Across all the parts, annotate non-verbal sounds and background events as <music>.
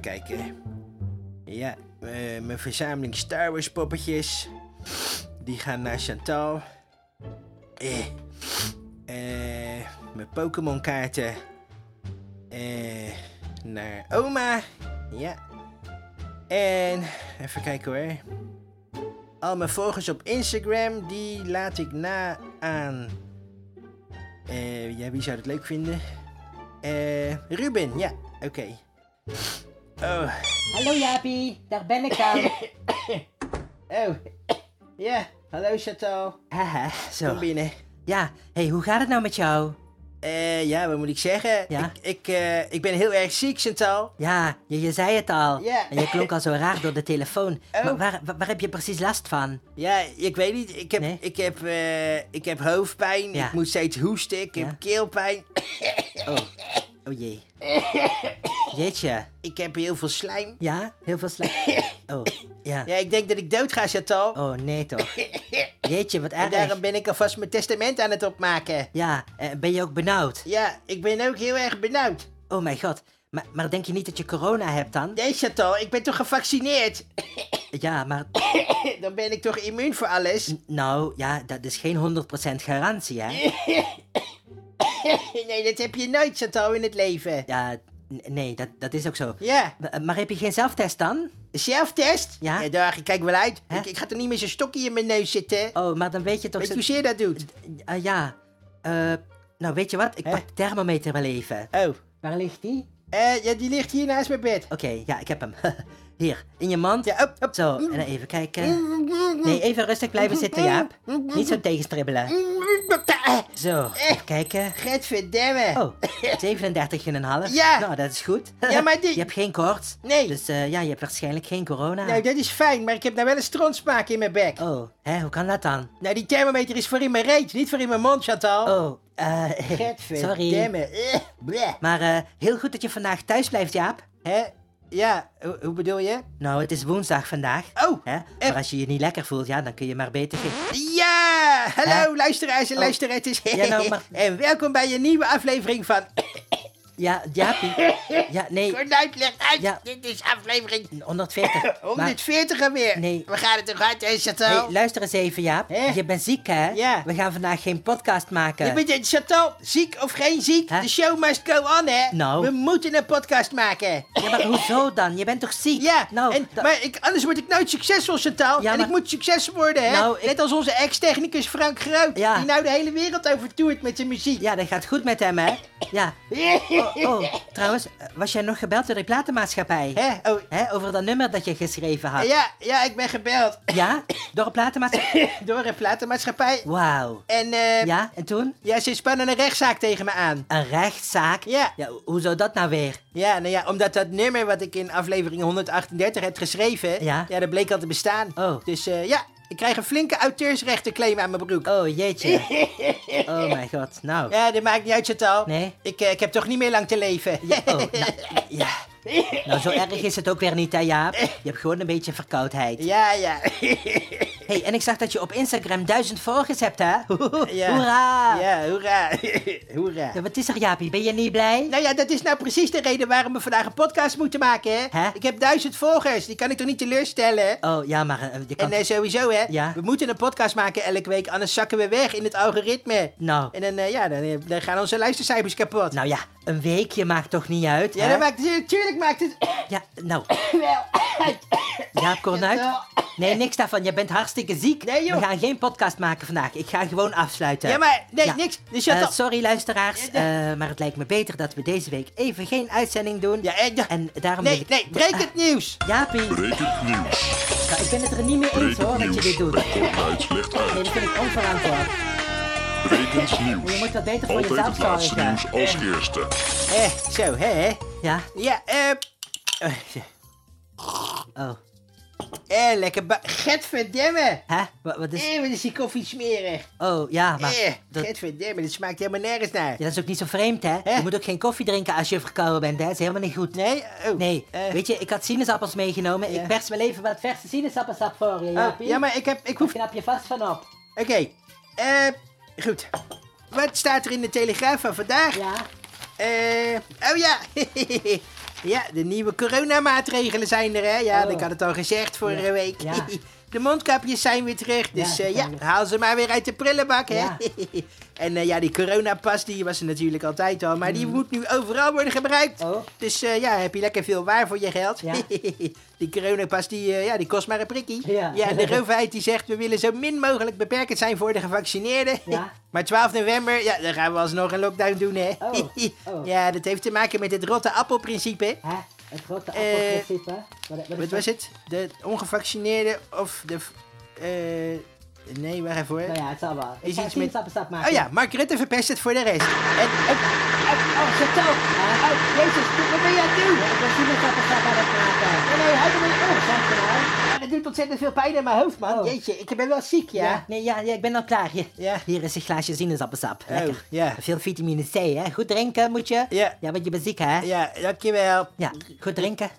Eh, kijken. Ja, eh, mijn verzameling Star Wars poppetjes. Die gaan naar Chantal. Eh, eh, mijn Pokémon kaarten. Eh, naar oma. Ja. En even kijken hoor. Al mijn volgers op Instagram, die laat ik na aan. Eh, ja, wie zou het leuk vinden? Eh, Ruben, ja, oké. Oh, Hallo Jaapie, daar ben ik aan. oh. Ja, hallo Chantal. Haha, Kom zo. binnen. <laughs> Ja, hey, hoe gaat het nou met jou? Eh, ja, wat moet ik zeggen? Ja? Ik, ik, eh, ik ben heel erg ziek, Chantal. Ja, je, je zei het al. Ja. En je klonk al zo raar door de telefoon. Oh. Maar waar, waar, waar heb je precies last van? Ja, ik weet niet. Ik heb, Nee? ik heb, eh, ik heb hoofdpijn. Ja. Ik moet steeds hoesten. Ik Ja. heb keelpijn. Oh <laughs> jee. Jeetje. Ik heb heel veel slijm. Ja, heel veel slecht. <laughs> Oh, ja. Ja, ik denk dat ik dood ga, Chantal. Oh nee toch. Jeetje, wat En daarom erg. ben ik alvast mijn testament aan het opmaken. Ja, eh, ben je ook benauwd? Ja, ik ben ook heel erg benauwd. Oh mijn god. Maar, maar denk je niet dat je corona hebt dan? Nee, Chantal, ik ben toch gevaccineerd? <laughs> Ja, maar... Dan ben ik toch immuun voor alles? <laughs> Nou, ja, dat is geen 100% garantie, hè? Nee, dat heb je nooit, Chantal, in het leven. Ja, n- nee, dat, dat is ook zo. Ja, Eh, Maar- Maar heb je geen zelftest dan? zelftest? Ja? daar, ik kijk wel uit. Hè? Ik, ik ga toch niet met zo'n stokje in mijn neus zitten? Oh, maar dan weet je toch... Weet je zo- hoe zeer dat doet? Ah, ja. Eh, nou, weet je wat? Ik Hè? pak de thermometer wel even. Oh, Waar ligt die? eh, ja, die ligt hier naast mijn bed. Oké, ja, ik heb hem. <laughs> Hier, in je mand. Ja, op, op. Zo, en dan even kijken. Nee, even rustig blijven zitten, Jaap. Niet zo tegenstribbelen. Zo, even kijken. Gadverdamme. <laughs> Oh, 37,5. Ja. Nou, dat is goed. Ja, maar die- <laughs> Je hebt geen koorts. Nee. Dus eh, ja, je hebt waarschijnlijk geen corona. Nou, dat is fijn, maar ik heb nou wel een strontsmaak in mijn bek. Oh, hè, hoe kan dat dan? Nou, die thermometer is voor in mijn reet, niet voor in mijn mond, Chantal. Oh, eh, <laughs> sorry. Gadverdamme. Eh, bleh. Maar eh, heel goed dat je vandaag thuis blijft, Jaap. Hè? Ja, ho- hoe bedoel je? Nou, het is woensdag vandaag. Oh, Hè? Maar als je je niet lekker voelt, ja, dan kun je maar beter gaan. ja! Hallo, Hè? luisteraars en Oh. luisterettes. Ja, nou, maar- En welkom bij een nieuwe aflevering van... Ja, <laughs> Jaapie. Ja, nee, Cornuit legt uit. Ja. Dit is aflevering <laughs> 140. Maar, 140 alweer. Nee. We gaan het toch uit, hè, Chantal? hey, luister eens even, Jaap. Hè? Je bent ziek, hè? nou. Eh? Ja. We gaan vandaag geen podcast maken. Je bent een Chantal, ziek of geen ziek, Hè? de show must go on, hè? Nou. We moeten een podcast maken. Ja, maar hoezo dan? Je bent toch ziek? Ja, nou, en, da- maar ik, anders word ik nooit succesvol, Chantal. Ja, en maar- ik moet succes worden, hè? Nou, ik- Net als onze ex-technicus Frank Groot, Ja. die nou de hele wereld overtoert met zijn muziek. ja, dat gaat goed met hem, hè? Ja. Oh, oh, trouwens, was jij nog gebeld door die platenmaatschappij? <laughs> Hè? Oh, Hè, over dat nummer dat je geschreven had. ja, Eh, ja, ik ben gebeld Ja? Door een <laughs> platenmaatschappij? door een platenmaatschappij. Wauw. En eh, ja. Ja, en toen? ze spannen een rechtszaak tegen me aan. Een rechtszaak? Ja. ja ho- hoezo dat nou weer? Ja, nou ja, omdat dat nummer wat ik in aflevering 138 heb geschreven, Ja. dat bleek al te bestaan. Oh. Dus eh, ja, ik krijg een flinke auteursrechtenclaim aan mijn broek. Oh, <laughs> jeetje. Oh, mijn god. Nou. Ja, dat maakt niet uit, Chantal. Nee? Ik, eh, ik heb toch niet meer lang te leven. <laughs> Oh, nou, ja. Nou, zo erg is het ook weer niet, hè, Jaap? Je hebt gewoon een beetje verkoudheid. ja, <laughs> ja. hey, en ik zag dat je op Instagram duizend volgers hebt, hè? Ja. Hoera! Ja, hoera. <laughs> hoera. Ja, Wat is er, Jaapie? Ben je niet blij? Nou ja, dat is nou precies de reden waarom we vandaag een podcast moeten maken, hè? Hè? Ik heb duizend volgers, die kan ik toch niet teleurstellen? Oh, ja, maar eh, je En kan... eh, sowieso, hè? Ja. We moeten een podcast maken elke week, anders zakken we weg in het algoritme. Nou, En dan, eh, ja, dan, eh, dan gaan onze luistercijfers kapot. nou ja, een weekje maakt toch niet uit, ja, hè? dat maakt, natuurlijk maakt <coughs> het Ja, nou, <coughs> wel uit. Jaap Cornuit. Nee, niks daarvan. Je bent hartstikke ziek. Nee, joh. We gaan geen podcast maken vandaag. Ik ga gewoon afsluiten. Ja, maar, nee, Ja. niks. Dus Eh, Chantal... sorry luisteraars, Ja, eh, maar het lijkt me beter dat we deze week even geen uitzending doen. ja, en, En daarom... nee, wil ik- Ah, nee, breek het nieuws. Jaapie, Breek het nieuws. nou, ik ben het er niet mee eens Breek hoor dat het je dit nieuws. doet. Bij Cornuit legt Nee, uit. dat vind ik onverantwoord. Breek het nieuws. Je moet dat beter voor Altijd jezelf het laatste zorgen. nieuws als eerste. Ah. Eh, zo, hè, hè? Ja? Ja, eh... eh, Oh. Eh, lekker ba... Gadverdamme! Hè? Wat, wat is... Eh, wat is die koffie smerig? Oh, ja, maar... eh, dat- gadverdamme, dit smaakt helemaal nergens naar. Ja, dat is ook niet zo vreemd, hè? Hè? Je moet ook geen koffie drinken als je verkouden bent, hè? Dat is helemaal niet goed. Nee? Oh, Nee, eh, weet je, ik had sinaasappels meegenomen. Ja. Ik pers wel even wat verse sinaasappelsap voor je, ah, Jaapie. ja, maar ik heb... Ik Daar hoef... knap je vast van op. Oké, Eh, goed. Wat staat er in de Telegraaf van vandaag? Ja? Eh, oh ja, <laughs> Ja, de nieuwe coronamaatregelen zijn er, hè? Ja, Oh. ik had het al gezegd vorige Ja, week. ja. <laughs> De mondkapjes zijn weer terug, dus ze eh, ja, zijn er. haal ze maar weer uit de prullenbak, hè? Ja. <laughs> en eh, ja, die coronapas, die was er natuurlijk altijd al, maar die moet nu overal worden gebruikt. Mm. Oh. Dus eh, ja, heb je lekker veel waar voor je geld. Ja. <laughs> die coronapas, die, eh, ja, die kost maar een prikkie. Ja. en <laughs> de overheid die zegt, we willen zo min mogelijk beperkend zijn voor de gevaccineerden. Ja. <laughs> maar 12 november, ja, dan gaan we alsnog een lockdown doen, hè? <laughs> Oh, oh. Ja, dat heeft te maken met het rotte appelprincipe. Hè? Het grote Eh, appelprincipe. wat, wat is Wat dat? was het? De ongevaccineerde of de... v- eh, nee, wacht even hoor. Nou ja, het zal wel. Is Ik ga iets tien met- stappen stap maken. Oh ja, Mark Rutte verpest het voor de rest. En, Oh, oh, oh, zit zo. Eh, oh, jezus, wat ben jij aan het doen? Ik ben tien stappen stap aan het maken. Nee, nee, hou me niet op. oh, Zeg nou. ja, dat doet ontzettend veel pijn in mijn hoofd, man. Oh. Jeetje, ik ben wel ziek, ja. Ja, nee, ja, ja, ik ben al klaar. Hier, Ja. Oh, hier is een glaasje sinaasappelsap. Lekker. ja. Veel vitamine C, hè. Goed drinken moet je. Ja. Ja, want je bent ziek, hè. Ja, dankjewel. Ja, goed drinken.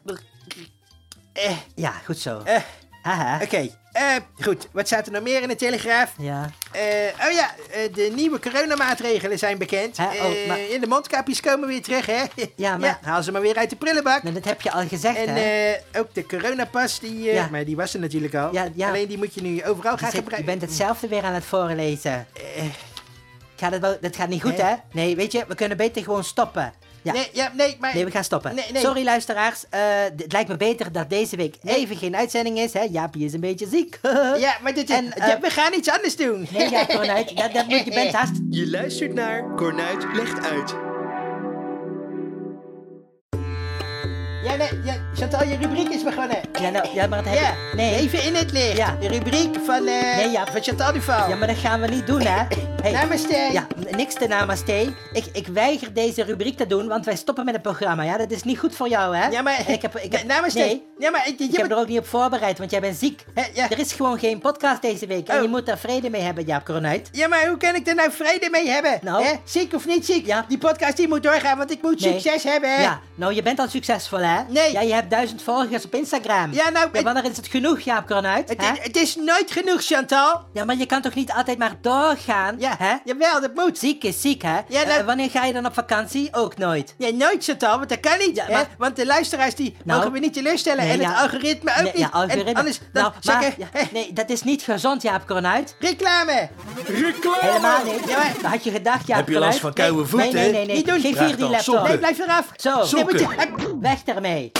Eh, Ja, goed zo. eh, Haha. Oké, eh, goed. Wat staat er nog meer in de Telegraaf? Ja. Eh, oh ja, eh, de nieuwe coronamaatregelen zijn bekend. Hè, oh, Eh, maar- in de mondkapjes komen weer terug, hè? <laughs> Ja, maar- haal ze maar weer uit de prullenbak. Nou, dat heb je al gezegd, En hè. eh, ook de coronapas, die, eh, Ja. maar die was er natuurlijk al. Ja, ja. Alleen die moet je nu overal gaan Dus ik- je gebruiken. bent hetzelfde weer aan het voorlezen. Eh, Gaat het wel, dat gaat niet goed, Nee. hè? Nee, weet je, we kunnen beter gewoon stoppen. Ja. Nee, ja, nee, maar... Nee, we gaan stoppen. Nee, nee. Sorry luisteraars, eh, d- het lijkt me beter dat deze week even geen uitzending is. Hè? Jaapie is een beetje ziek. Ja, maar dit is... En, eh, ja, we gaan iets anders doen. <laughs> <laughs> Nee, ja, Cornuit, dat, dat moet je bent haast... Je luistert naar Cornuit legt uit. Ja, nee, ja, Chantal, je rubriek is begonnen. Ja, nou, ja, maar het heb Ja, ik- Nee, even in het licht. Ja. De rubriek van, eh Nee, ja. van Chantal Duval. ja, maar dat gaan we niet doen, hè? Hey. Namaste. Ja, n- niks te namaste. Ik, ik weiger deze rubriek te doen, want wij stoppen met het programma. Ja, dat is niet goed voor jou, hè? Ja, nou, maar... En Ik heb... Ik heb Namens Nee, Ja, maar... Ik, je ik heb moet- er ook niet op voorbereid, want jij bent ziek. Hè, ja. Er is gewoon geen podcast deze week. En Oh. je moet daar vrede mee hebben, Jaap Cornuit. Ja, maar hoe kan ik er nou vrede mee hebben? Nou? Hè? Ziek of niet ziek? Ja. Die podcast die moet doorgaan, want ik moet Nee. succes hebben. hè? Ja, nou, je bent al succesvol, hè? Nee. Ja, je hebt duizend volgers op Instagram. Ja, nou, Ja, het- wanneer is het genoeg, Jaap Kronuit? Het, hè? het is nooit genoeg, Chantal. Ja, maar je kan toch niet altijd maar doorgaan? Ja, hè? jawel, dat moet. Ziek is ziek, hè? Ja, nou- Eh, wanneer ga je dan op vakantie? Ook nooit. Nee, nooit Chantal, want dat kan niet. Ja, hè? maar- Want de luisteraars die Nou. mogen we niet teleurstellen. Nee, en ja. het algoritme ook Nee, niet. Ja, algoritme. En anders dan nou, zeg maar, ik, ja, hè, nee, dat is niet gezond, Jaap Kronuit. reclame. Helemaal niet. Oh, Ja, maar- Dat had je gedacht, Jaap Heb je last Kronuit? van koude Nee, voeten? Nee, nee, nee. nee. Niet doen. Geef Graag hier die dan, laptop. sokken. Nee, blijf eraf. Zo. Nee, moet je- Sokken. Ah, Weg daarmee.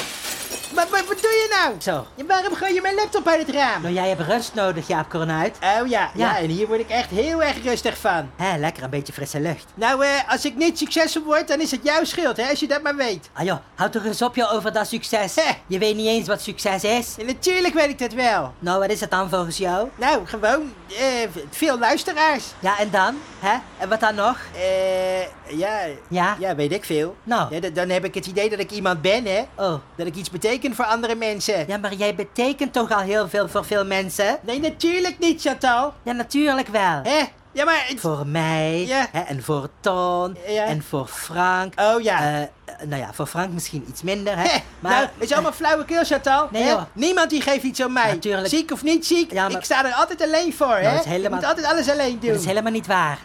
wat, wat, wat doe je nou? Zo. Ja, waarom gooi je mijn laptop uit het raam? Nou, jij hebt rust nodig, Jaap Kronuit. Oh ja, ja, Ja. en hier word ik echt heel erg rustig van. Hé, lekker een beetje frisse lucht. Nou, eh, als ik niet succesvol word, dan is het jouw schuld, hè, als je dat maar weet. Ah joh, houd toch eens op joh over dat succes. Hè. Je weet niet eens wat succes is. En natuurlijk weet ik dat wel. Nou, wat is het dan volgens jou? Nou, gewoon eh, v- veel luisteraars. Ja, en dan? Hè? En wat dan nog? Eh, ja, Ja? ja, weet ik veel. Nou. Ja, d- dan heb ik het idee dat ik iemand ben, hè. Oh, Dat ik iets beteken voor andere mensen. ja, maar jij betekent toch al heel veel voor veel mensen? Nee, natuurlijk niet, Chantal. Ja, natuurlijk wel. Hè? Ja, maar... het- Voor mij, Ja. hè, en voor Ton, Ja. en voor Frank. Oh ja. Eh, eh, nou ja, voor Frank misschien iets minder, hè? Hè, nou, het is allemaal flauwekul, Chantal. Nee, hè? joh. Niemand die geeft iets om mij. Natuurlijk. Ziek of niet ziek, Ja, maar- Nou, ik sta er altijd alleen voor. hè? dat is helemaal- Ik moet altijd alles alleen doen. Dat is helemaal niet waar.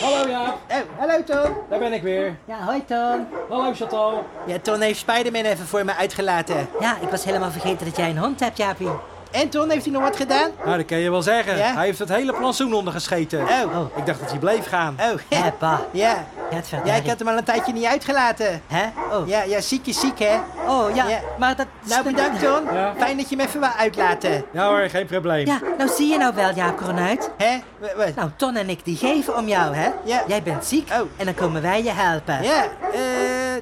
Hallo Jaap, Oh, hallo Ton. daar ben ik weer. Ja, hoi Ton. Hallo Chantal. Ja, Ton heeft Spider-Man even voor me uitgelaten. Ja, ik was helemaal vergeten dat jij een hond hebt, Jaapie. En Ton, heeft hij nog wat gedaan? Nou, dat kan je wel zeggen. Ja? Hij heeft het hele plantsoen ondergescheten. Oh. Ik dacht dat hij bleef gaan. Oh, <laughs> Hé, pa. ja. Gadverdarie. Ja, ik had hem al een tijdje niet uitgelaten. Hè? Oh. Ja, ja, ziek is ziek, hè? Oh, ja, Ja. maar dat... Nou, bedankt, Ton. Ja. Fijn dat je me even wou uitlaten. Ja hoor, geen probleem. Ja, nou zie je nou wel, Jaap Kronuit. Hè? Wat? wat? Nou, Ton en ik die geven om jou, hè? Ja. Jij bent ziek Oh. en dan komen wij je helpen. Ja, eh...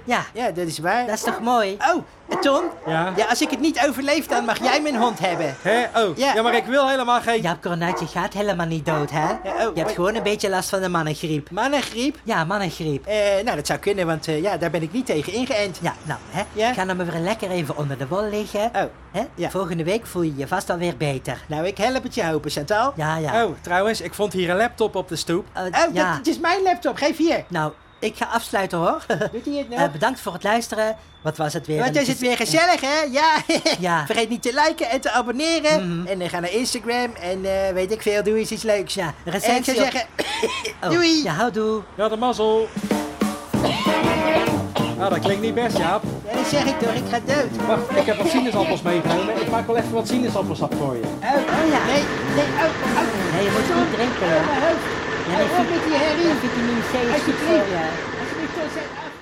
Ja. Ja, dat is waar. Dat is toch mooi? Oh, eh, Ton? Ja? Ja, als ik het niet overleef, dan mag jij mijn hond hebben. Hè? Oh, Ja. ja. maar ik wil helemaal geen... Jaap Kronuit, je gaat helemaal niet dood, hè? je hebt maar- gewoon een beetje last van de mannengriep. Mannengriep? Ja, mannengriep. Eh, nou, dat zou kunnen, want eh, ja, daar ben ik niet tegen ingeënt. Ja, nou, hè? Ja. Ga dan maar weer lekker even onder de wol liggen. Oh, Hè? ja. Volgende week voel je je vast alweer beter. Nou, ik help het je hopen, Chantal. Ja, ja. Oh, trouwens, ik vond hier een laptop op de stoep. Eh, Oh, ja. dat, het is mijn laptop. Geef hier. Nou, ik ga afsluiten, hoor. Doet <laughs> hij het nog? Eh, bedankt voor het luisteren. Wat was het weer? Want een is het gez- weer gezellig, hè? Ja. <laughs> Ja. Mhm. Vergeet niet te liken en te abonneren. En dan ga naar Instagram en eh, weet ik veel. Doe eens iets leuks. Ja, En ik een recensie zou op- zeggen, <coughs> Oh, doei. Ja, houdoe. Ja, de mazzel. Nou, dat klinkt niet best, Jaap. Ja, dat Nee, zeg ik toch, ik ga dood. Wacht, ik heb wat sinaasappels meegenomen. Ik maak wel even wat sinaasappelsap voor je. Oh, oh ja. Nee, nee, oh, oh. Nee, je moet niet drinken hoor. Ja, nee, met die herrie. Ik vind die nu Alsjeblieft. ja. Alsjeblieft, tot zijn af.